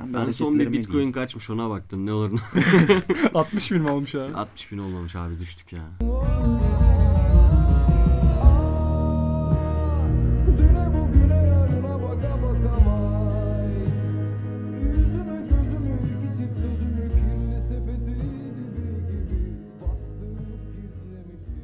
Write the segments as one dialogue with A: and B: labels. A: Ben son bir
B: hareketlerime
A: bitcoin kaçmış ona baktım ne olur.
B: diyeyim. 60 bin mi olmuş abi?
A: 60 bin olmamış abi düştük ya.
C: Düne bugüne yarına baka baka vay Yüzümü gözümü iki çift sözümü kirli sepeti dibi gibi Bastırıp gizlemişim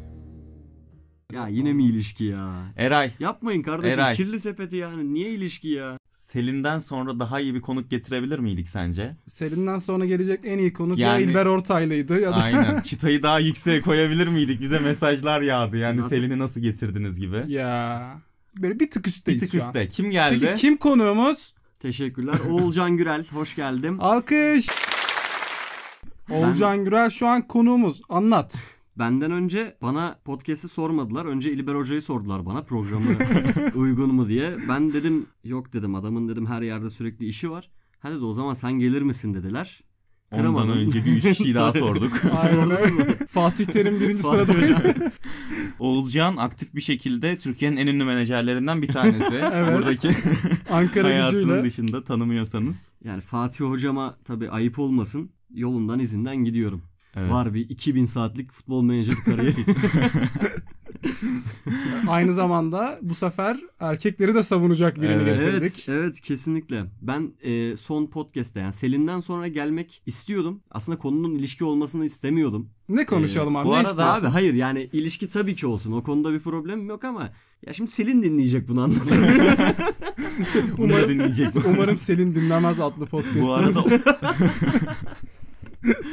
A: Ya yine mi ilişki ya?
D: Eray,
A: Yapmayın kardeşim
D: Eray.
A: kirli sepeti yani niye ilişki ya?
D: Selin'den sonra daha iyi bir konuk getirebilir miydik sence?
E: Selin'den sonra gelecek en iyi konuk
D: Yani- Ah.
E: ya İlber Ortaylı'ydı ya da
D: Aynen. Çıtayı daha yükseğe koyabilir miydik? Bize mesajlar yağdı. Yani
A: Zaten-
D: Selin'i nasıl getirdiniz gibi.
E: ya böyle bir tık üstteyiz
D: Bir tık
E: şu an.
D: üstte. Kim
E: Peki
D: geldi?
E: kim konuğumuz?
A: Teşekkürler. Oğulcan Gürel hoş geldim.
E: Alkış. Oğulcan Gürel şu an konuğumuz. Anlat.
A: Benden önce bana podcast'i sormadılar. Önce İlber Hoca'yı sordular bana programı uygun mu diye. Ben dedim yok dedim adamın dedim her yerde sürekli işi var. Ha dedi o zaman sen gelir misin dediler.
D: Ondan
A: Kıramadım.
D: önce bir üç kişiyi daha sorduk.
E: Aynen öyle. Fatih Terim birinci
A: Fatih
E: sırada.
A: Hoca.
D: Oğulcan aktif bir şekilde Türkiye'nin en ünlü menajerlerinden bir tanesi. Buradaki
E: Ankara
D: hayatının
E: gücüyle.
D: dışında tanımıyorsanız.
A: Yani Fatih Hocama tabii ayıp olmasın. Yolundan izinden gidiyorum.
D: Evet.
A: Var bir 2000 saatlik futbol menajer kariyeri.
E: Aynı zamanda bu sefer erkekleri de savunacak birini
D: Evet.
E: getirdik.
A: Evet, evet kesinlikle. Ben e, son podcast'te yani Selin'den sonra gelmek istiyordum. Aslında konunun ilişki olmasını istemiyordum.
E: Ne konuşalım
A: Ee,
E: abi?
A: Bu
E: ne
A: arada
E: istiyorsun?
A: abi hayır yani ilişki tabii ki olsun. O konuda bir problemim yok ama ya şimdi Selin dinleyecek bunu anlatıyorum.
D: Umarım dinleyecek.
E: Umarım Selin dinlemez adlı
D: Bu arada
E: podcastımız.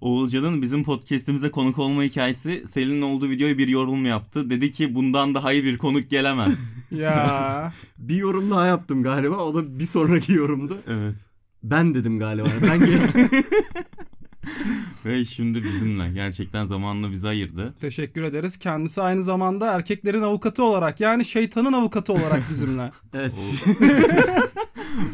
D: Oğulcan'ın bizim podcast'imize konuk olma hikayesi Selin'in olduğu videoya bir yorum yaptı. Dedi ki bundan daha iyi bir konuk gelemez.
E: ya.
A: bir yorum daha yaptım galiba. O da bir sonraki yorumdu.
D: evet.
A: Ben dedim galiba. Ben ge-
D: Ve şimdi bizimle. Gerçekten zamanını bize ayırdı.
E: Teşekkür ederiz. Kendisi aynı zamanda erkeklerin avukatı olarak yani şeytanın avukatı olarak bizimle.
A: evet.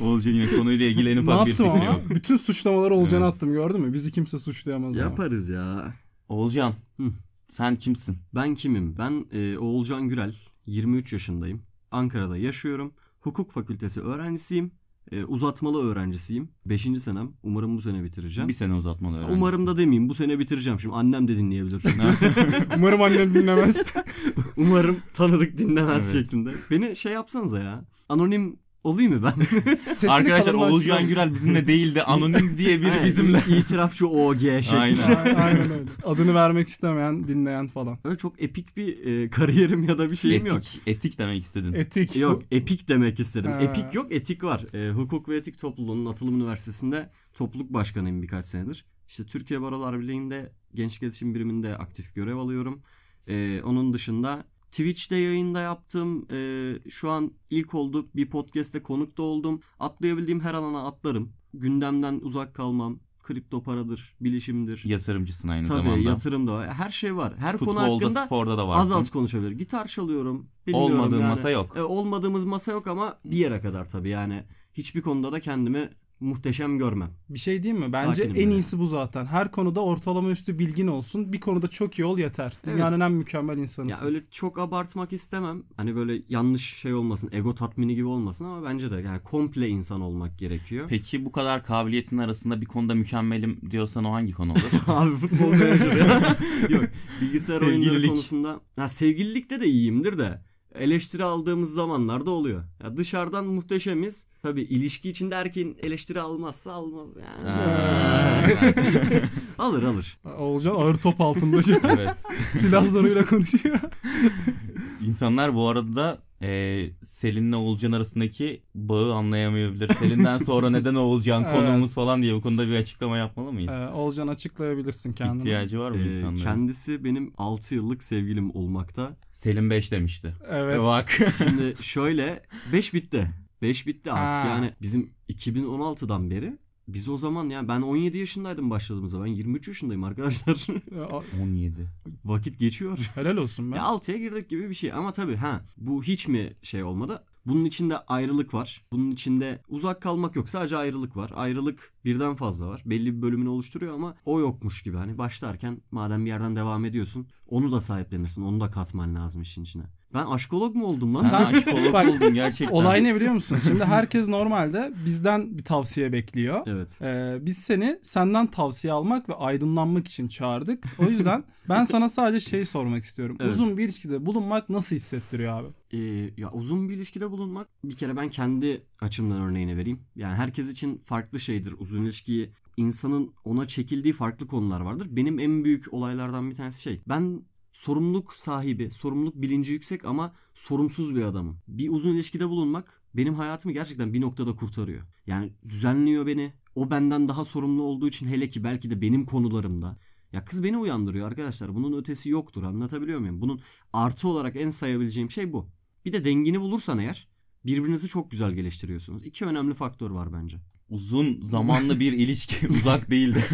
D: Oğulcan yine konuyla ilgili en
E: ne
D: ufak bir
E: yaptım
D: fikri
E: ama?
D: yok.
E: Bütün suçlamaları Oğulcan'a attım gördün mü? Bizi kimse suçlayamaz. ama.
A: Yaparız ya.
D: Oğulcan
A: Hı.
D: sen kimsin?
A: Ben kimim? Ben e, Oğulcan Gürel. 23 yaşındayım. Ankara'da yaşıyorum. Hukuk fakültesi öğrencisiyim. E, uzatmalı öğrencisiyim. 5. senem. Umarım bu sene bitireceğim.
D: Bir sene uzatmalı öğrencisin.
A: Umarım da demeyeyim. Bu sene bitireceğim. Şimdi annem de dinleyebilir. çünkü.
E: Umarım annem dinlemez.
A: Umarım tanıdık dinlemez
D: Evet.
A: şeklinde. Beni şey yapsanıza ya. Anonim olayım mı ben?
E: Sesini
D: Arkadaşlar
E: kalınlaştıralım.
D: Oğulcan Gürel bizimle değildi. Anonim diye biri
A: Aynen,
D: bizimle.
A: i- İtirafçı OG şey.
D: Aynen.
E: A- Aynen öyle. Adını vermek istemeyen, dinleyen falan.
A: Öyle çok epik bir e, kariyerim ya da bir şeyim yok. E-
D: Etik, etik demek istedin.
E: Etik.
A: Yok epik demek istedim.
E: Ha.
A: Epik yok etik var. Ee, Hukuk ve Etik Topluluğu'nun Atılım Üniversitesi'nde topluluk başkanıyım birkaç senedir. İşte Türkiye Barolar Birliği'nde gençlik iletişim biriminde aktif görev alıyorum. Ee, onun dışında Twitch'te yayında yaptım. Ee, şu an ilk oldu bir podcast'te konuk da oldum. Atlayabildiğim her alana atlarım. Gündemden uzak kalmam. Kripto paradır, bilişimdir.
D: Yatırımcısın aynı
A: Tabii
D: zamanda.
A: yatırım da var. Her şey var. Her konu
D: Futbolda,
A: hakkında
D: sporda da varsın.
A: az az konuşabilir. Gitar çalıyorum. Bilmiyorum
D: Olmadığın
A: yani.
D: masa yok.
A: E, olmadığımız masa yok ama bir yere kadar tabii yani. Hiçbir konuda da kendimi muhteşem görmem.
E: Bir şey diyeyim mi? Bence
A: Sakinim
E: en
A: yani.
E: iyisi bu zaten. Her konuda ortalama üstü bilgin olsun. Bir konuda çok iyi ol yeter. Dünyanın en mükemmel
A: Ya
E: insanısın.
A: öyle çok abartmak istemem. Hani böyle yanlış şey olmasın, ego tatmini gibi olmasın ama bence de yani komple insan olmak gerekiyor.
D: Peki bu kadar kabiliyetin arasında bir konuda mükemmelim diyorsan o hangi konu olur?
A: Abi futbol menajer ya. Yok bilgisayar oyunları
D: Sevgililik.
A: konusunda. Ha, sevgililikte de iyiyimdir de eleştiri aldığımız zamanlarda oluyor. Ya dışarıdan muhteşemiz. Tabii ilişki içinde erkeğin eleştiri almazsa almaz
D: Ee,
A: yani.
D: Aa,
A: Alır alır.
E: Oğulcan ağır top altında şimdi.
D: evet.
E: Silah zoruyla konuşuyor.
D: İnsanlar bu arada e, Selin'le Oğulcan arasındaki bağı anlayamayabilir. Selin'den sonra neden Oğulcan
E: Evet.
D: konuğumuz falan diye bu konuda bir açıklama yapmalı mıyız?
E: Ee, Oğulcan açıklayabilirsin kendini.
D: İhtiyacı var mı
A: Ee,
D: insanların?
A: kendisi benim 6 yıllık sevgilim olmakta.
D: Selin 5 demişti.
E: Evet.
D: E Bak.
A: Şimdi şöyle 5 bitti. 5 bitti artık
E: Ha.
A: yani bizim 2016'dan beri biz o zaman yani ben 17 yaşındaydım başladığımızda ben 23 yaşındayım arkadaşlar.
E: Ee, a-
D: 17.
A: Vakit geçiyor.
E: Helal olsun be.
A: Ya 6'ya girdik gibi bir şey ama tabii ha bu hiç mi şey olmadı? Bunun içinde ayrılık var. Bunun içinde uzak kalmak yok. Sadece ayrılık var. Ayrılık birden fazla var. Belli bir bölümünü oluşturuyor ama o yokmuş gibi. Hani başlarken madem bir yerden devam ediyorsun onu da sahiplenirsin. Onu da katman lazım işin içine. Ben aşkolog mu oldum lan?
D: Sen aşkolog
E: Bak,
D: oldun gerçekten.
E: Olay ne biliyor musun? Şimdi herkes normalde bizden bir tavsiye bekliyor.
A: Evet.
E: Ee, biz seni senden tavsiye almak ve aydınlanmak için çağırdık. O yüzden ben sana sadece şey sormak istiyorum.
A: Evet.
E: Uzun bir ilişkide bulunmak nasıl hissettiriyor abi?
A: Ee, ya uzun bir ilişkide bulunmak bir kere ben kendi açımdan örneğini vereyim. Yani herkes için farklı şeydir uzun ilişkiyi. insanın ona çekildiği farklı konular vardır. Benim en büyük olaylardan bir tanesi şey. Ben sorumluluk sahibi, sorumluluk bilinci yüksek ama sorumsuz bir adamım. Bir uzun ilişkide bulunmak benim hayatımı gerçekten bir noktada kurtarıyor. Yani düzenliyor beni. O benden daha sorumlu olduğu için hele ki belki de benim konularımda. Ya kız beni uyandırıyor arkadaşlar. Bunun ötesi yoktur. Anlatabiliyor muyum? Bunun artı olarak en sayabileceğim şey bu. Bir de dengini bulursan eğer birbirinizi çok güzel geliştiriyorsunuz. İki önemli faktör var bence.
D: Uzun zamanlı bir ilişki uzak değildi.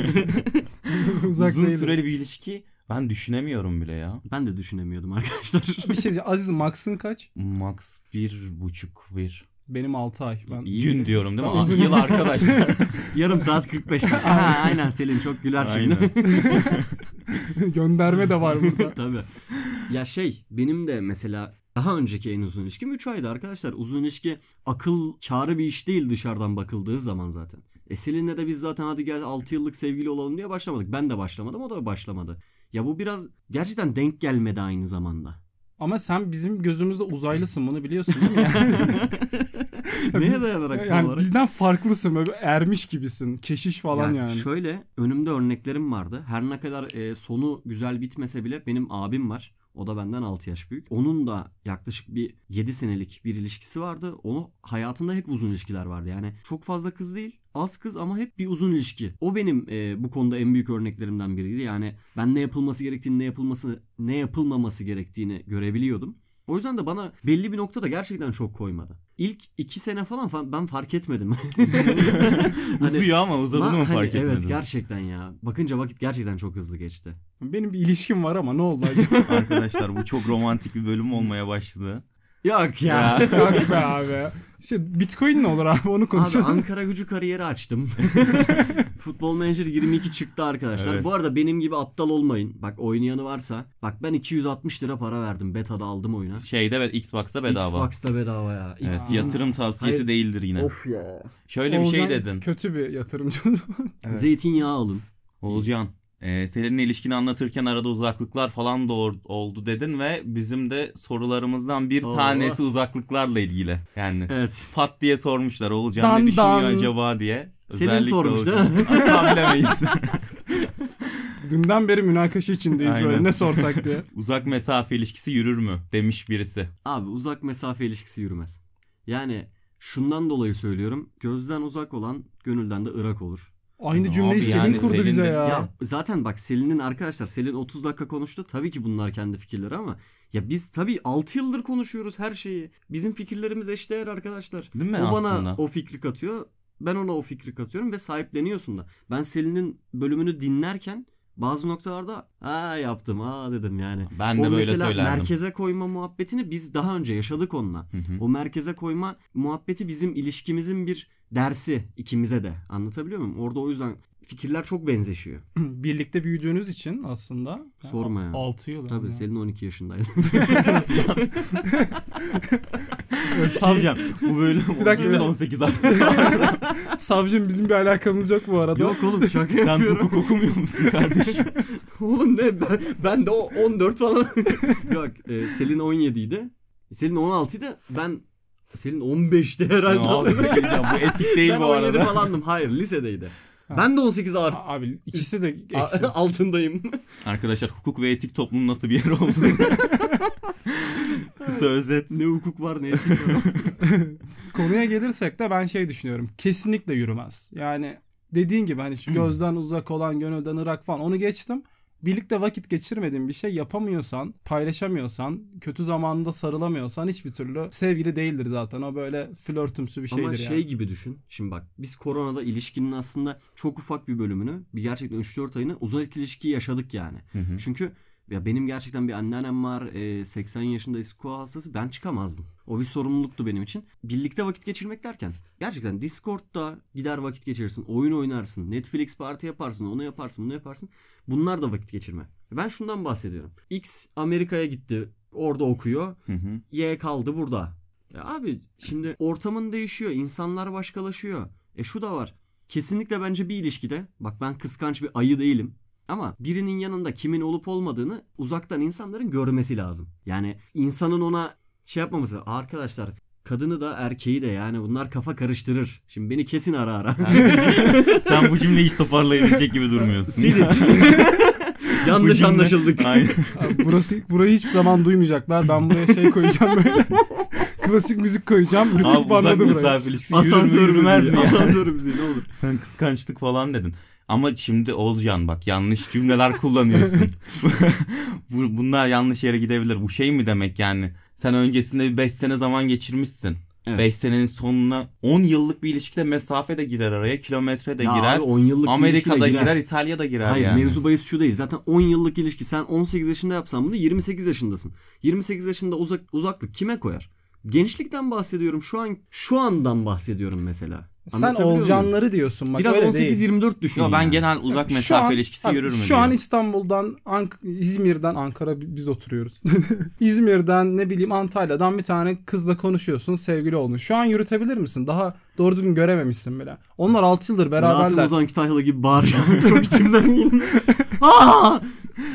B: Uzak
D: Uzun
B: değil.
D: süreli bir ilişki ben düşünemiyorum bile ya.
A: Ben de düşünemiyordum arkadaşlar.
E: Bir şey diyeceğim. Aziz Max'ın kaç?
D: Max bir buçuk bir
E: Benim 6 ay. Ben
A: İyi.
D: gün diyorum değil mi? Aa, yıl arkadaşlar.
A: Yarım saat 45 dakika. Ha, aynen Hani Selin çok güler şimdi.
D: Aynen.
E: gönderme de var burada.
A: Tabii. Ya şey benim de mesela daha önceki en uzun ilişkim 3 aydı arkadaşlar. Uzun ilişki akıl kârı bir iş değil dışarıdan bakıldığı zaman zaten. E Selin'le de biz zaten hadi gel 6 yıllık sevgili olalım diye başlamadık. Ben de başlamadım o da başlamadı. Ya bu biraz gerçekten denk gelmedi aynı zamanda.
E: Ama sen bizim gözümüzde uzaylısın bunu biliyorsun değil mi? Yani,
A: Neye dayanarak tam
E: yani
A: olarak?
E: bizden farklısın böyle ermiş gibisin. Keşiş falan
A: Ya
E: yani.
A: Şöyle önümde örneklerim vardı. Her ne kadar e, sonu güzel bitmese bile benim abim var. O da benden 6 yaş büyük. Onun da yaklaşık bir 7 senelik bir ilişkisi vardı. Onu hayatında hep uzun ilişkiler vardı. Yani çok fazla kız değil, az kız ama hep bir uzun ilişki. O benim e, bu konuda en büyük örneklerimden biriydi. Yani ben ne yapılması gerektiğini, ne yapılması, ne yapılmaması gerektiğini görebiliyordum. O yüzden de bana belli bir noktada gerçekten çok koymadı. İlk iki sene falan fa- ben fark etmedim. Hani-
D: Uzuyor ama
A: Lan
D: uzadığını mı
A: hani
D: fark
A: Evet
D: etmedin?
A: gerçekten ya. Bakınca vakit gerçekten çok hızlı geçti.
E: Benim bir ilişkim var ama ne oldu acaba?
D: Arkadaşlar bu çok romantik bir bölüm olmaya başladı.
A: Yok ya.
D: Ya.
E: Yok be abi. İşte Bitcoin ne olur abi onu
A: Abi
E: konuşalım.
A: Ankara gücü kariyeri açtım. Futbol Manager 22 çıktı arkadaşlar.
D: Evet.
A: Bu arada benim gibi aptal olmayın. Bak oynayanı varsa. Bak ben 260 lira para verdim. Beta'da aldım oyuna.
D: Şeyde evet Xbox'ta bedava.
A: Xbox'ta bedava ya. X-
D: Evet, yatırım tavsiyesi
A: Hayır.
D: değildir yine.
A: Of ya.
D: Şöyle bir şey
E: Oğuzhan
D: dedin.
E: Kötü bir yatırımcı.
D: Evet.
A: Zeytinyağı alın.
D: Oğulcan, e, Selin'le ilişkini anlatırken arada uzaklıklar falan da or- oldu dedin ve bizim de sorularımızdan bir
A: Oo.
D: tanesi uzaklıklarla ilgili. Yani
A: Oh. Evet.
D: pat diye sormuşlar Oğulcan
E: Dan
D: ne düşünüyor
E: dan.
D: acaba diye.
A: Selin
D: Özellikle
A: sormuş
D: Oğulcan.
A: değil
D: Asla bilemeyiz.
E: Dünden beri münakaşa içindeyiz
D: Aynen.
E: böyle ne sorsak diye.
D: Uzak mesafe ilişkisi yürür mü demiş birisi.
A: Abi uzak mesafe ilişkisi yürümez. Yani şundan dolayı söylüyorum. Gözden uzak olan gönülden de ırak olur.
E: Aynı
D: Abi
E: cümleyi Selin
D: yani
E: kurdu
D: Selin
E: bize
D: de-
E: ya.
A: Ya zaten bak Selin'in arkadaşlar Selin 30 dakika konuştu. Tabii ki bunlar kendi fikirleri ama ya biz tabii 6 yıldır konuşuyoruz her şeyi. Bizim fikirlerimiz eşdeğer arkadaşlar.
D: Değil mi
A: O bana
D: aslında?
A: o fikri katıyor. Ben ona o fikri katıyorum ve sahipleniyorsun da. Ben Selin'in bölümünü dinlerken bazı noktalarda ha yaptım ha dedim yani.
D: Ben de
A: o
D: böyle
A: mesela
D: söylerdim.
A: merkeze koyma muhabbetini biz daha önce yaşadık onunla.
D: Hı hı.
A: O merkeze koyma muhabbeti bizim ilişkimizin bir dersi ikimize de. Anlatabiliyor muyum? Orada o yüzden fikirler çok benzeşiyor.
E: Birlikte büyüdüğünüz için aslında.
A: Sorma ya.
E: 6 yıl.
A: Tabii
E: ama.
A: senin 12 yaşındaydın.
D: Savcım bu bölüm
E: Bir dakika.
D: 12'den 18 artı.
E: Savcım bizim bir alakamız yok bu arada.
A: Yok oğlum şaka
D: Sen
A: yapıyorum.
D: hukuk okumuyor musun kardeşim?
A: oğlum ne ben, ben de o 14 falan. Yok e, Selin 17 idi. Selin 16 idi. Ben Selin 15'ti herhalde.
D: Abi, bir şey diyeceğim, bu etik değil
A: ben
D: bu
A: 17
D: arada.
A: falandım. Hayır lisedeydi. Ben de 18 art
E: A- Abi ikisi de eksi.
A: altındayım.
D: Arkadaşlar hukuk ve etik toplumun nasıl bir yer olduğunu. Kısa özet.
A: ne hukuk var ne etik var.
E: Konuya gelirsek de ben şey düşünüyorum. Kesinlikle yürümez. Yani dediğin gibi hani
A: Hmm.
E: şu gözden uzak olan gönülden ırak falan onu geçtim. Birlikte vakit geçirmediğin bir şey yapamıyorsan, paylaşamıyorsan, kötü zamanında sarılamıyorsan hiçbir türlü sevgili değildir zaten. O böyle flörtümsü bir şeydir
A: Ama
E: yani.
A: şey gibi düşün. Şimdi bak biz koronada ilişkinin aslında çok ufak bir bölümünü bir gerçekten 3-4 ayını uzak ilişki yaşadık yani. Çünkü Ya benim gerçekten bir anneannem var. e, 80 yaşında iskuha hastası. Ben çıkamazdım. O bir sorumluluktu benim için. Birlikte vakit geçirmek derken gerçekten Discord'da gider vakit geçirirsin. Oyun oynarsın. Netflix parti yaparsın. Onu yaparsın. Bunu yaparsın. Bunlar da vakit geçirme. Ben şundan bahsediyorum. X Amerika'ya gitti. Orada okuyor.
D: Hı hı.
A: Y kaldı burada. Ya abi şimdi ortamın değişiyor. insanlar başkalaşıyor. E şu da var. Kesinlikle bence bir ilişkide bak ben kıskanç bir ayı değilim. Ama birinin yanında kimin olup olmadığını uzaktan insanların görmesi lazım. Yani insanın ona şey yapmaması arkadaşlar kadını da erkeği de yani bunlar kafa karıştırır. Şimdi beni kesin ara ara.
D: Sen bu cümleyi hiç toparlayabilecek gibi durmuyorsun.
A: Silin.
D: Bu
A: Yanlış
D: cümle-
A: anlaşıldık.
D: Aynen.
E: Abi burası burayı hiçbir zaman duymayacaklar. Ben buraya şey koyacağım böyle. Klasik müzik koyacağım.
D: Abi
E: Lütuf
D: uzak
E: banladı burayı.
D: mesafe ilişkisi yürür
A: Asansör
D: mü yürümez mi
A: müziği.
D: ya?
A: Asansör müziği ne olur.
D: Sen kıskançlık falan dedin. Ama şimdi Olcan bak yanlış cümleler kullanıyorsun. Bu- Bunlar yanlış yere gidebilir. Bu şey mi demek yani? Sen öncesinde bir 5 sene zaman geçirmişsin. 5
A: Evet.
D: senenin sonuna 10 yıllık bir ilişkide mesafe de girer araya, kilometre de
A: Ya
D: E girer.
A: abi 10 yıllık bir
D: Amerika'da
A: ilişkide
D: girer, İtalya'da girer
A: Hayır
D: yani.
A: mevzu bahis şu değil. Zaten 10 yıllık ilişki sen 18 yaşında yapsan bunu 28 yaşındasın. 28 yaşında uzak uzaklık kime koyar? Gençlikten bahsediyorum. Şu an şu andan bahsediyorum mesela.
E: Sen
A: Anlatabiliyor muyum?
E: olcanları diyorsun bak.
A: biraz
E: öyle
A: 18
E: değil.
A: 24 düşün.
D: Yo, ben
A: yani.
D: genel uzak
E: Şu
D: mesafe
E: an-
D: ilişkisi
E: Abi
D: yürür mü?
E: Şu an
D: diyorum.
E: İstanbul'dan, Ank- İzmir'den, Ankara bi- biz oturuyoruz. İzmir'den ne bileyim Antalya'dan bir tane kızla konuşuyorsun, sevgili olmuş. Şu an yürütebilir misin? Daha doğru düzgün görememişsin bile. Onlar 6 yıldır
A: Rasim
E: beraberler.
A: Ozan Kütahyalı gibi bağıracağım. Çok içimden geldi. Aa!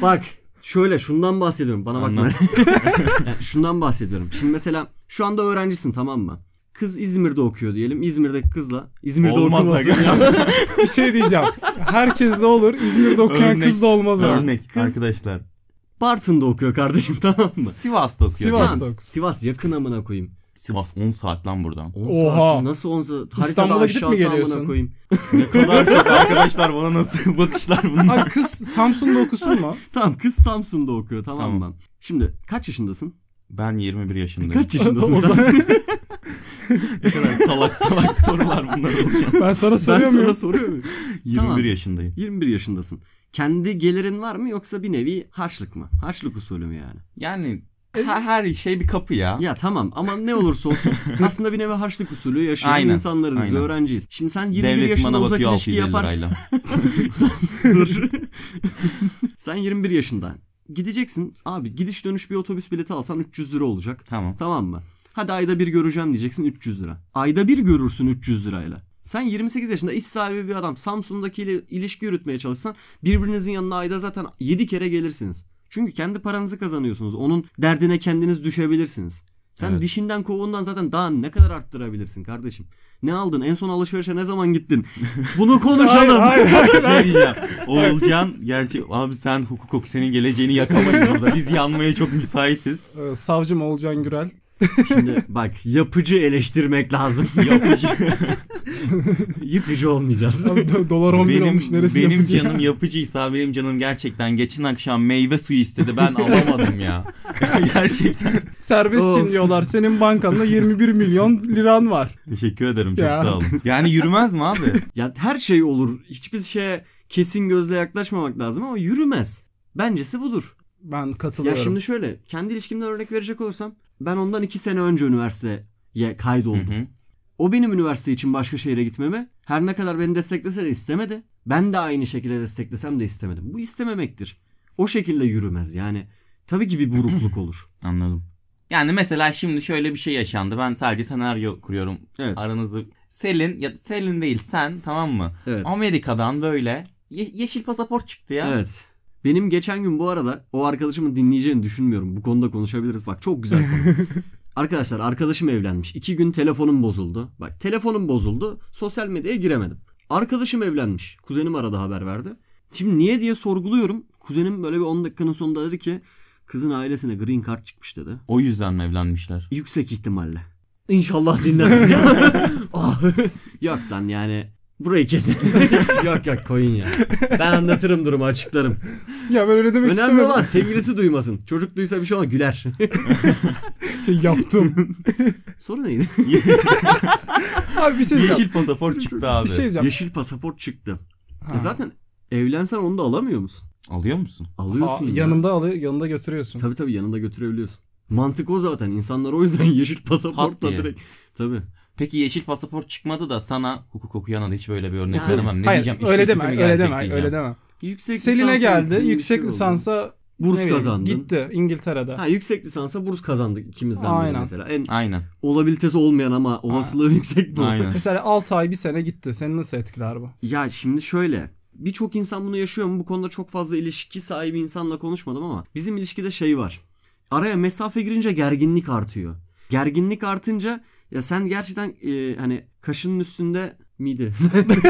A: Bak şöyle şundan bahsediyorum. Bana bakma.
D: Anladım.
A: Yani şundan bahsediyorum. Şimdi mesela şu anda öğrencisin tamam mı? Kız İzmir'de okuyor diyelim. İzmir'deki kızla. İzmir'de
D: Olmaz
A: okumasın.
D: aga.
E: bir şey diyeceğim. Herkes de olur. İzmir'de okuyan
D: Örnek-
E: kız da olmaz. abi.
D: Örnek
A: Kız-
D: arkadaşlar.
A: Bartın'da okuyor kardeşim tamam mı?
D: Sivas'ta okuyor.
A: Sivas,
E: Sivas. Sivas'ta
A: Sivas,
E: okusun.
A: yakın amına koyayım.
D: Sivas 10 saat lan buradan.
A: 10
E: Oha.
A: saat nasıl 10 saat? Haritada
E: İstanbul'a gidip mi
A: aşağısı amına
E: geliyorsun?
A: koyayım.
D: Ne kadar çok arkadaşlar bana nasıl bakışlar bunlar.
E: Abi kız Samsun'da okusun mu?
A: Tamam kız Samsun'da okuyor tamam,
D: Tamam.
A: mı? Şimdi kaç yaşındasın?
D: Ben 21 yaşındayım.
A: Kaç yaşındasın sen?
D: Ne kadar salak salak sorular bunlar olacak.
E: Ben sana
A: ben
E: soruyor
A: sana
E: muyum?
A: soruyorum.
D: 21
A: Tamam.
D: yaşındayım.
A: 21 yaşındasın. Kendi gelirin var mı yoksa bir nevi harçlık mı? Harçlık usulü mü yani?
D: Yani her, her şey bir kapı ya.
A: Ya tamam ama ne olursa olsun aslında bir nevi harçlık usulü yaşayan
D: Aynen,
A: insanlarız biz
D: aynen.
A: öğrenciyiz. Şimdi sen 21
D: Devlet
A: yaşında
D: bana
A: uzak
D: bakıyor
A: ilişki
D: 650
A: yapar
D: lirayla.
A: sen dur. sen 21 yaşında. Gideceksin abi gidiş dönüş bir otobüs bileti alsan 300 lira olacak.
D: Tamam.
A: Tamam mı? Hadi ayda bir göreceğim diyeceksin 300 lira. Ayda bir görürsün 300 lirayla. Sen 28 yaşında iş sahibi bir adam Samsun'dakiyle ilişki yürütmeye çalışsan birbirinizin yanına ayda zaten 7 kere gelirsiniz. Çünkü kendi paranızı kazanıyorsunuz. Onun derdine kendiniz düşebilirsiniz. Sen
D: Evet.
A: dişinden kovuğundan zaten daha ne kadar arttırabilirsin kardeşim? Ne aldın? En son alışverişe ne zaman gittin? Bunu konuşalım.
D: şey diyeceğim. Oğulcan gerçi abi sen hukuk hukuk senin geleceğini yakamayız burada. Biz yanmaya çok müsaitiz.
E: Ee, savcım Olcan Gürel.
A: Şimdi bak yapıcı eleştirmek lazım.
D: Yapıcı.
A: Yıkıcı olmayacağız.
E: Abi do- dolar 11 olmuş neresi
D: benim
E: yapıcı?
D: canım yapıcıysa benim canım gerçekten geçen akşam meyve suyu istedi ben alamadım ya. gerçekten.
E: Serbestsin
A: Of.
E: diyorlar. Senin bankanda 21 milyon liran var.
D: Teşekkür ederim çok
E: Ya.
D: sağ olun. Yani yürümez mi abi?
A: Ya her şey olur. Hiçbir şeye kesin gözle yaklaşmamak lazım ama yürümez. Bencesi budur.
E: Ben
A: Ya
E: katılıyorum.
A: şimdi şöyle kendi ilişkimden örnek verecek olursam ben ondan iki sene önce üniversiteye
D: Hı
A: kaydoldum.
D: hı.
A: O benim üniversite için başka şehre gitmemi her ne kadar beni desteklese de istemedi. Ben de aynı şekilde desteklesem de istemedim. Bu istememektir. O şekilde yürümez yani. Tabii ki bir burukluk olur.
D: Anladım. Yani mesela şimdi şöyle bir şey yaşandı. Ben sadece senaryo kuruyorum.
A: Evet.
D: Aranızı Selin ya Selin değil sen tamam mı?
A: Evet.
D: Amerika'dan böyle ye- yeşil pasaport çıktı ya.
A: Evet. Benim geçen gün bu arada o arkadaşımın dinleyeceğini düşünmüyorum. Bu konuda konuşabiliriz. Bak çok güzel konu. Arkadaşlar arkadaşım evlenmiş. İki gün telefonum bozuldu. Bak telefonum bozuldu. Sosyal medyaya giremedim. Arkadaşım evlenmiş. Kuzenim aradı haber verdi. Şimdi niye diye sorguluyorum. Kuzenim böyle bir 10 dakikanın sonunda dedi ki kızın ailesine green card çıkmış dedi.
D: O yüzden mi evlenmişler?
A: Yüksek ihtimalle. İnşallah dinlemez ya. Ah, yok lan yani. Burayı kesin. yok yok koyun ya. Ben anlatırım durumu açıklarım.
E: Ya ben öyle demek
A: Önemli
E: istemedim.
A: olan sevgilisi duymasın. Çocuk duysa bir şey ama güler.
E: Şey yaptım.
A: Soru neydi?
E: abi bir şey diyeceğim.
D: yeşil pasaport çıktı abi.
E: Bir şey diyeceğim.
A: Yeşil pasaport çıktı. E zaten evlensen onu da alamıyor musun?
D: Alıyor musun?
A: Alıyorsun.
E: Ha,
A: ya.
E: yanında alıyor, yanında götürüyorsun.
A: Tabii tabii yanında götürebiliyorsun. Mantık o zaten. İnsanlar o yüzden yeşil pasaportla
D: Pat diye.
A: direkt. Tabii.
D: Peki yeşil pasaport çıkmadı da sana hukuk okuyana da hiç böyle bir örnek
A: Yani-
D: veremem. Ne
E: Hayır,
D: diyeceğim? İş
E: öyle
D: teklifi
E: deme,
D: mi
E: öyle
D: gelecek
E: deme,
D: diyeceğim.
E: öyle deme.
A: Yüksek
E: Selin'e
A: lisansa
E: geldi,
A: gittin, bir
E: yüksek
A: şey oldu.
E: lisansa
A: Burs
E: ne bileyim,
A: kazandın.
E: Gitti İngiltere'de.
A: Ha yüksek lisansa burs kazandık ikimizden biri
E: Aynen.
A: mesela. En
D: Aynen.
A: olabilitesi olmayan ama olasılığı yüksek bu.
D: Aynen.
E: Mesela 6 ay bir sene gitti. Seni nasıl etkiler bu?
A: Ya şimdi şöyle. Birçok insan bunu yaşıyor mu? Bu konuda çok fazla ilişki sahibi insanla konuşmadım ama bizim ilişkide şey var. Araya mesafe girince gerginlik artıyor. Gerginlik artınca ya sen gerçekten e, hani kaşının üstünde mide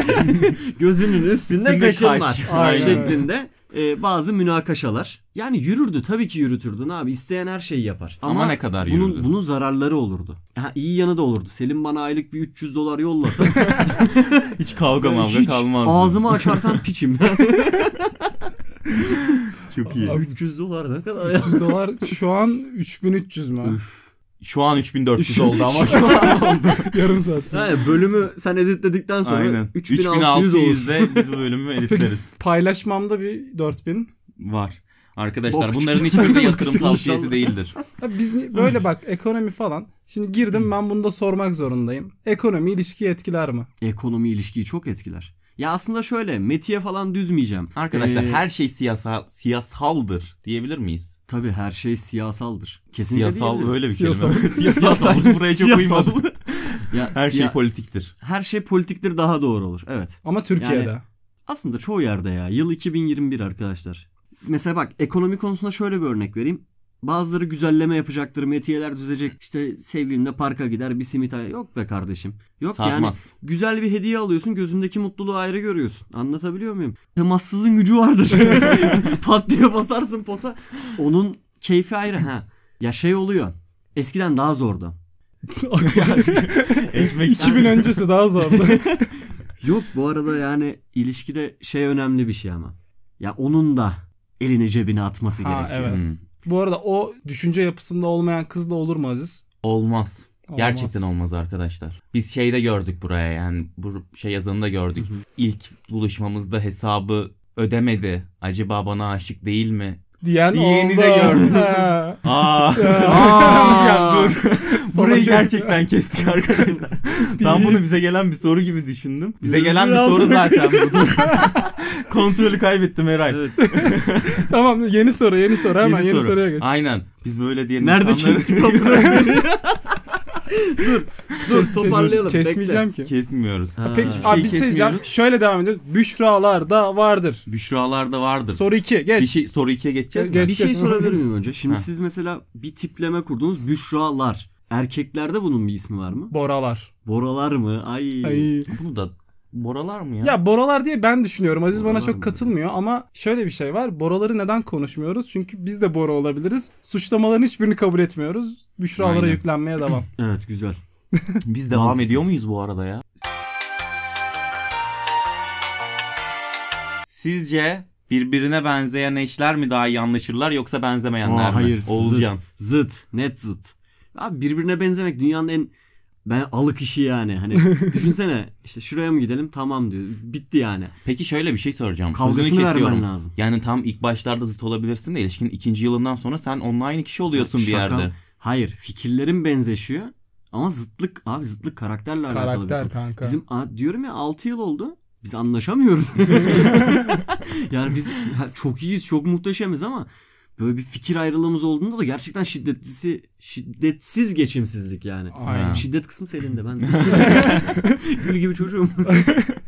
A: gözünün üstünde
D: Üstünde
A: kaşın
D: kaş.
A: var
D: Aynen.
A: şeklinde e, bazı münakaşalar. Yani yürürdü tabii ki yürütürdün abi isteyen her şeyi yapar.
D: Ama ne kadar
A: bunun,
D: yürüdü?
A: Bunun zararları olurdu. Ha, iyi yanı da olurdu. Selim bana aylık bir 300 dolar yollasa
D: Hiç kavga mavga
A: hiç
D: kalmaz.
A: Ağzımı açarsan piçim.
D: Çok iyi.
A: 300 dolar ne kadar ya.
E: 300 dolar şu an 3300 mü?
D: Şu an 3400 oldu ama.
E: Yarım saat sonra.
A: Ha, bölümü sen editledikten sonra
D: Aynen.
A: 3600 olur.
D: 3600'de biz bu bölümü editleriz.
E: Paylaşmamda bir 4000.
D: Var. Arkadaşlar
A: Bok
D: bunların
A: çıktı.
D: hiçbiri de yatırım
A: Sıkılmış
D: tavsiyesi
A: oldu.
D: değildir.
E: Ya biz ni- böyle bak ekonomi falan. Şimdi girdim ben bunu da sormak zorundayım. Ekonomi ilişkiyi etkiler mi?
A: Ekonomi ilişkiyi çok etkiler. Ya aslında şöyle metiye falan düzmeyeceğim.
D: Arkadaşlar
A: Ee,
D: her şey siyasal siyasaldır diyebilir miyiz?
A: Tabii her şey siyasaldır. Kesinlikle
D: Siyasal öyle bir
E: Siyasal.
D: kelime.
A: Siyasal.
D: siyasal. Buraya çok
A: Siyasal.
D: uymadı.
A: Ya,
D: Her şey
A: siya-
D: politiktir.
A: her şey politiktir daha doğru olur. Evet.
E: Ama Türkiye'de.
A: Yani- Aslında çoğu yerde ya. Yıl 2021 arkadaşlar. Mesela bak ekonomi konusunda şöyle bir örnek vereyim. Bazıları güzelleme yapacaktır, metiyeler düzecek. İşte sevgilimle parka gider, bir simit ay- Yok be kardeşim. Yok yani
D: Sarmaz.
A: güzel bir hediye alıyorsun gözündeki mutluluğu ayrı görüyorsun. Anlatabiliyor muyum? Temassızın gücü vardır. Pat diye basarsın posa. Onun keyfi ayrı ha. Ya şey oluyor. Eskiden daha zordu.
D: Ekmek
E: 2000 öncesi daha zordu.
A: Yok bu arada yani ilişkide şey önemli bir şey ama. Ya onun da elini cebine atması
E: Ha,
A: gerekiyor.
E: evet.
D: Hmm.
E: Bu arada o düşünce yapısında olmayan kız da olur mu Aziz?
D: Olmaz.
E: Olmaz.
D: Gerçekten olmaz arkadaşlar. Biz şeyde gördük buraya yani bu şey yazanında gördük. İlk buluşmamızda hesabı ödemedi. Acaba bana aşık değil mi?
E: Diyen
D: Diyeni
E: oldu.
D: de gördüm.
E: Ha.
D: Aa.
A: Aa!
D: Ya dur. Burayı
E: Salak.
D: gerçekten kestik arkadaşlar. ben bunu bize gelen bir soru gibi düşündüm. Bize gelen bir
E: Biraz
D: soru
E: aldım.
D: zaten bu. Kontrolü kaybettim Eray.
A: Evet.
E: tamam yeni soru yeni soru hemen yeni,
D: soru.
E: soruya geç.
D: Aynen. Biz böyle diyelim.
A: Nerede kestik lan burayı? dur, dur toparlayalım. bekle.
E: Kesmeyeceğim ki.
D: Kesmiyoruz.
A: Ha.
E: Peki
A: Hiçbir
E: abi
D: şeyi
E: bir şey diyeceğim.
D: kesmiyoruz.
E: Şöyle devam ediyoruz. Büşralar da vardır.
D: Büşralarda vardır.
E: Soru 2 geç.
D: bir şey, soru 2'ye geçeceğiz mi?
E: Geç.
A: Bir şey
E: Gerçekten.
A: sorabilir miyim önce? Şimdi
D: Ha.
A: siz mesela bir tipleme kurdunuz. Büşralar. Erkeklerde bunun bir ismi var mı?
E: Boralar.
A: Boralar mı? Ay.
E: Ay.
D: Bunu da moralar mı ya?
E: Ya boralar diye ben düşünüyorum. Aziz bana
A: Boralar
E: çok
A: mı?
E: katılmıyor ama şöyle bir şey var. Boraları neden konuşmuyoruz? Çünkü biz de bora olabiliriz. Suçlamaların hiçbirini kabul etmiyoruz. Büşralara
D: Aynen.
E: yüklenmeye devam.
A: Evet güzel.
D: Biz devam
A: Mantıklı.
D: ediyor muyuz bu arada ya? Sizce birbirine benzeyen eşler mi daha iyi anlaşırlar yoksa benzemeyenler
A: Aa,
D: mi?
A: hayır.
D: Oğulcan.
A: Zıt, zıt. Net zıt. Abi birbirine benzemek dünyanın en ben alık işi yani. Hani düşünsene işte şuraya mı gidelim? Tamam diyor. Bitti yani.
D: Peki şöyle bir şey soracağım.
A: Kavgasını
D: Sözünü
A: vermen
D: kesiyorum.
A: lazım.
D: Yani tam ilk başlarda zıt olabilirsin de ilişkinin ikinci yılından sonra sen onunla aynı kişi oluyorsun bir
A: Şaka.
D: yerde.
A: Hayır. Fikirlerin benzeşiyor. Ama zıtlık abi zıtlık karakterle alakalı bir konu.
E: Karakter kanka.
A: Bizim a- diyorum ya 6 yıl oldu. Biz anlaşamıyoruz. yani biz ha, çok iyiyiz, çok muhteşemiz ama böyle bir fikir ayrılığımız olduğunda da gerçekten şiddetlisi şiddetsiz geçimsizlik yani.
E: Aynen.
A: Şiddet kısmı senin de ben de. Gül gibi çocuğum.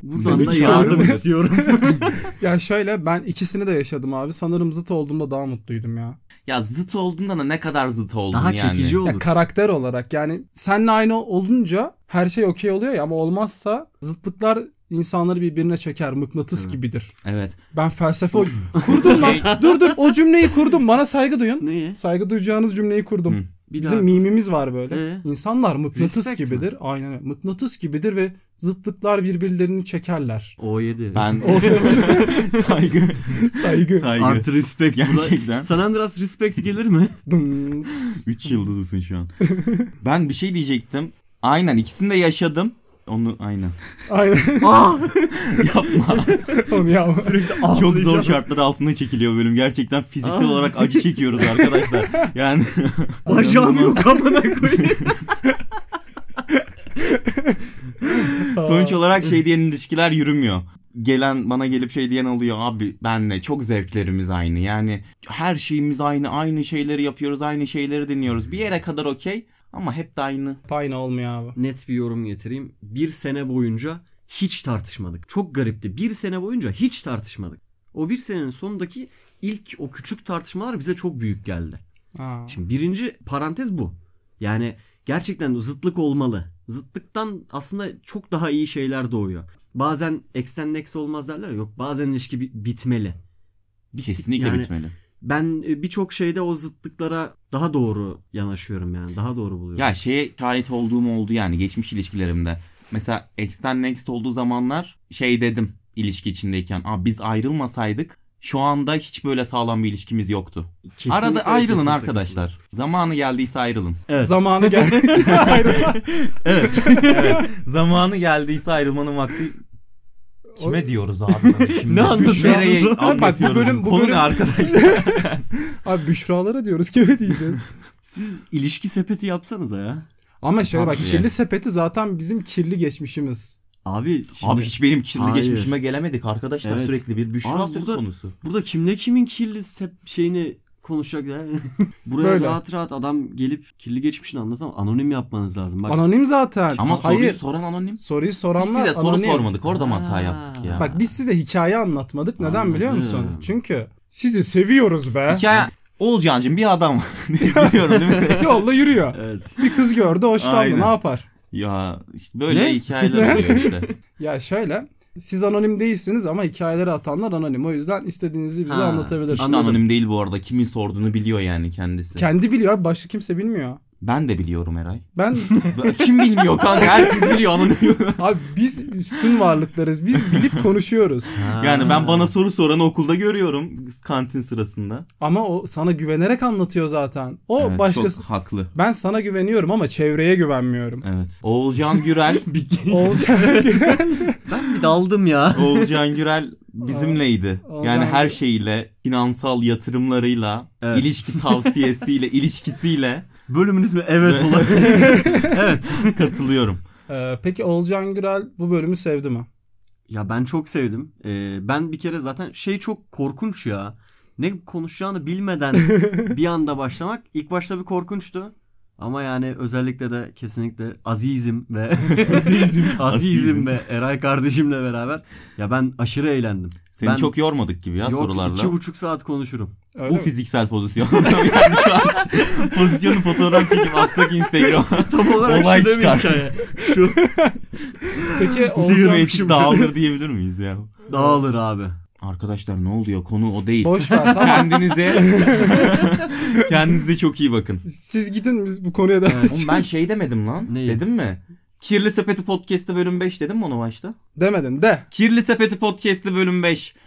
A: Buradan
D: Senin
A: da
D: için
A: yardım
D: sarılmış.
A: istiyorum.
E: Ya şöyle ben ikisini de yaşadım abi. Sanırım zıt olduğumda daha mutluydum ya.
D: Ya zıt olduğunda da ne kadar zıt oldun
A: Daha
D: yani.
A: çekici
E: Ya
A: olur.
E: karakter olarak yani seninle aynı olunca her şey okey oluyor ya ama olmazsa zıtlıklar insanları birbirine çeker mıknatıs gibidir.
D: Evet.
E: Ben felsefe kurdum
A: Şey-
E: lan. Dur dur o cümleyi kurdum. Bana saygı duyun.
A: Neye?
E: Saygı duyacağınız cümleyi kurdum.
D: Hı.
A: Bir
E: Bizim
A: daha.
E: mimimiz var böyle.
A: Ee?
E: İnsanlar mıknatıs
A: Respect mi?
E: gibidir. Aynen öyle. Mıknatıs gibidir ve zıtlıklar birbirlerini çekerler.
A: O7.
D: Ben
E: O sebeple
D: saygı
E: saygı.
D: saygı.
A: Artı respect. buna-
D: Gerçekten.
A: San Andreas respect gelir mi?
E: Dım.
D: 3 yıldızısın şu an. ben bir şey diyecektim. Aynen ikisini de yaşadım. Onu aynen.
E: Aynen.
D: Yapma.
E: Onu ya.
A: Sürekli
D: Çok zor
A: ağlayacağım.
D: şartlar altında çekiliyor bölüm. Gerçekten fiziksel olarak acı çekiyoruz arkadaşlar. Yani
A: Bacağım yok amına koyayım.
D: sonuç olarak şey diyen ilişkiler yürümüyor. Gelen bana gelip şey diyen oluyor abi benle çok zevklerimiz aynı yani her şeyimiz aynı aynı şeyleri yapıyoruz aynı şeyleri dinliyoruz bir yere kadar okey ama hep de aynı
E: Payne olmuyor abi.
A: Net bir yorum getireyim. Bir sene boyunca hiç tartışmadık. Çok garipti. Bir sene boyunca hiç tartışmadık. O bir senenin sonundaki ilk o küçük tartışmalar bize çok büyük geldi.
E: Ha.
A: Şimdi birinci parantez bu. Yani gerçekten zıtlık olmalı. Zıtlıktan aslında çok daha iyi şeyler doğuyor. Bazen eksen next olmaz derler ya, yok bazen ilişki bi- bitmeli.
D: kesinlikle
A: yani-
D: bitmeli.
A: Ben e, birçok şeyde o zıtlıklara daha doğru yanaşıyorum yani daha doğru buluyorum.
D: Ya şeye şahit olduğum oldu yani geçmiş ilişkilerimde. Mesela X'ten Next olduğu zamanlar şey dedim ilişki içindeyken. Aa biz ayrılmasaydık şu anda hiç böyle sağlam bir ilişkimiz yoktu.
A: Kesinlikle ve
D: Arada ayrılın
A: kesinlikle
D: arkadaşlar. Zamanı geldiyse ayrılın.
A: Evet.
E: Zamanı geldi.
D: Zamanı geldiyse ayrılmanın vakti Kime diyoruz abi? bunu Şimdi?
A: Ne anlatıyorsun
D: Nereye
A: lan? Bak bu
D: anlatıyoruz?
E: bölüm- bu
D: Konu ne
E: bölüm-
D: arkadaşlar?
E: abi Büşralara diyoruz kime diyeceğiz.
A: Siz ilişki sepeti yapsanıza ya.
E: Ama şöyle bak
D: Tabii.
E: kirli sepeti zaten bizim kirli geçmişimiz.
A: Abi şimdi
D: abi hiç benim kirli
A: Hayır.
D: geçmişime gelemedik arkadaşlar.
A: Evet.
D: Sürekli bir büşra
A: Abi
D: söz
A: burada-
D: konusu.
A: burada kimle kimin kirli sep- şeyini konuşacaklar. Buraya
E: Böyle.
A: rahat rahat adam gelip kirli geçmişini anlatamam. Anonim yapmanız lazım. Bak
E: Anonim zaten.
D: Ama soruyu
E: Hayır.
D: soran anonim.
E: Soruyu
D: Biz
E: soranlar
D: size soru
E: anonim.
D: sormadık. Orada mı hata
A: Ha.
D: yaptık ya?
E: Bak biz size hikaye anlatmadık. Neden biliyor musun?
A: Anladım.
E: Çünkü sizi seviyoruz be.
D: Hikaye Oğulcancığım bir adam diyorum değil mi?
E: Yolda yürüyor.
A: Evet.
E: Bir kız gördü hoşlandı
D: Aynen.
E: ne yapar?
D: ya işte böyle
A: Ne?
D: hikayeler oluyor işte.
E: Ya şöyle siz anonim değilsiniz ama hikayeleri atanlar anonim. O yüzden istediğinizi bize
A: Ha,
D: Hiç
E: anlatabilirsiniz.
D: de anonim değil bu arada. Kimin sorduğunu biliyor yani kendisi.
E: Kendi biliyor abi başka kimse bilmiyor.
D: ben de biliyorum Eray.
E: Ben
D: Kim bilmiyor kanka? Herkes biliyor anonim.
E: abi biz üstün varlıklarız. Biz bilip konuşuyoruz.
D: yani ben bana soru soranı okulda görüyorum kantin sırasında.
E: Ama o sana güvenerek anlatıyor zaten. O
D: Evet,
E: başkası.
D: Çok haklı.
E: Ben sana güveniyorum ama çevreye güvenmiyorum.
D: Evet. Oğulcan Gürel.
E: Olacak.
A: ben bir daldım ya.
D: Oğulcan Gürel bizimleydi.
E: Oğulcan
D: Yani her
E: Gürel.
D: şeyiyle, finansal yatırımlarıyla,
A: Evet.
D: ilişki tavsiyesiyle, ilişkisiyle
A: Bölümünüz mü? Evet olabilir. evet.
D: katılıyorum.
E: Ee, peki Olcan Gürel bu bölümü sevdi mi?
A: Ya ben çok sevdim. Ee, ben bir kere zaten şey çok korkunç ya. Ne konuşacağını bilmeden bir anda başlamak ilk başta bir korkunçtu. Ama yani özellikle de kesinlikle Aziz'im ve Aziz'im,
D: Aziz'im.
A: ve Eray kardeşimle beraber ya ben aşırı eğlendim.
D: Seni
A: Ben-
D: çok yormadık gibi ya
A: Yok
D: sorularla.
A: iki buçuk saat konuşurum.
E: Öyle
D: Bu
E: mi?
D: fiziksel pozisyon. yani şu an pozisyonu fotoğraf çekip atsak Instagram.
A: Tam olarak
D: Olay
A: şu da bir
D: çıkar.
A: hikaye. Şu
E: Peki
D: Sihir
E: Oğulcan
D: reyting dağılır diyebilir miyiz ya?
A: dağılır abi.
D: Arkadaşlar ne oluyor? Konu o değil.
E: boş ver tamam.
D: Kendinize kendinize çok iyi bakın.
E: Siz gidin biz bu konuya devam
D: Oğlum ben şey demedim lan.
A: Neyi?
D: Dedim mi? Kirli Sepeti Podcast'ı bölüm 5 dedim mi onu başta?
E: Demedin de.
D: Kirli Sepeti Podcast'ı bölüm 5.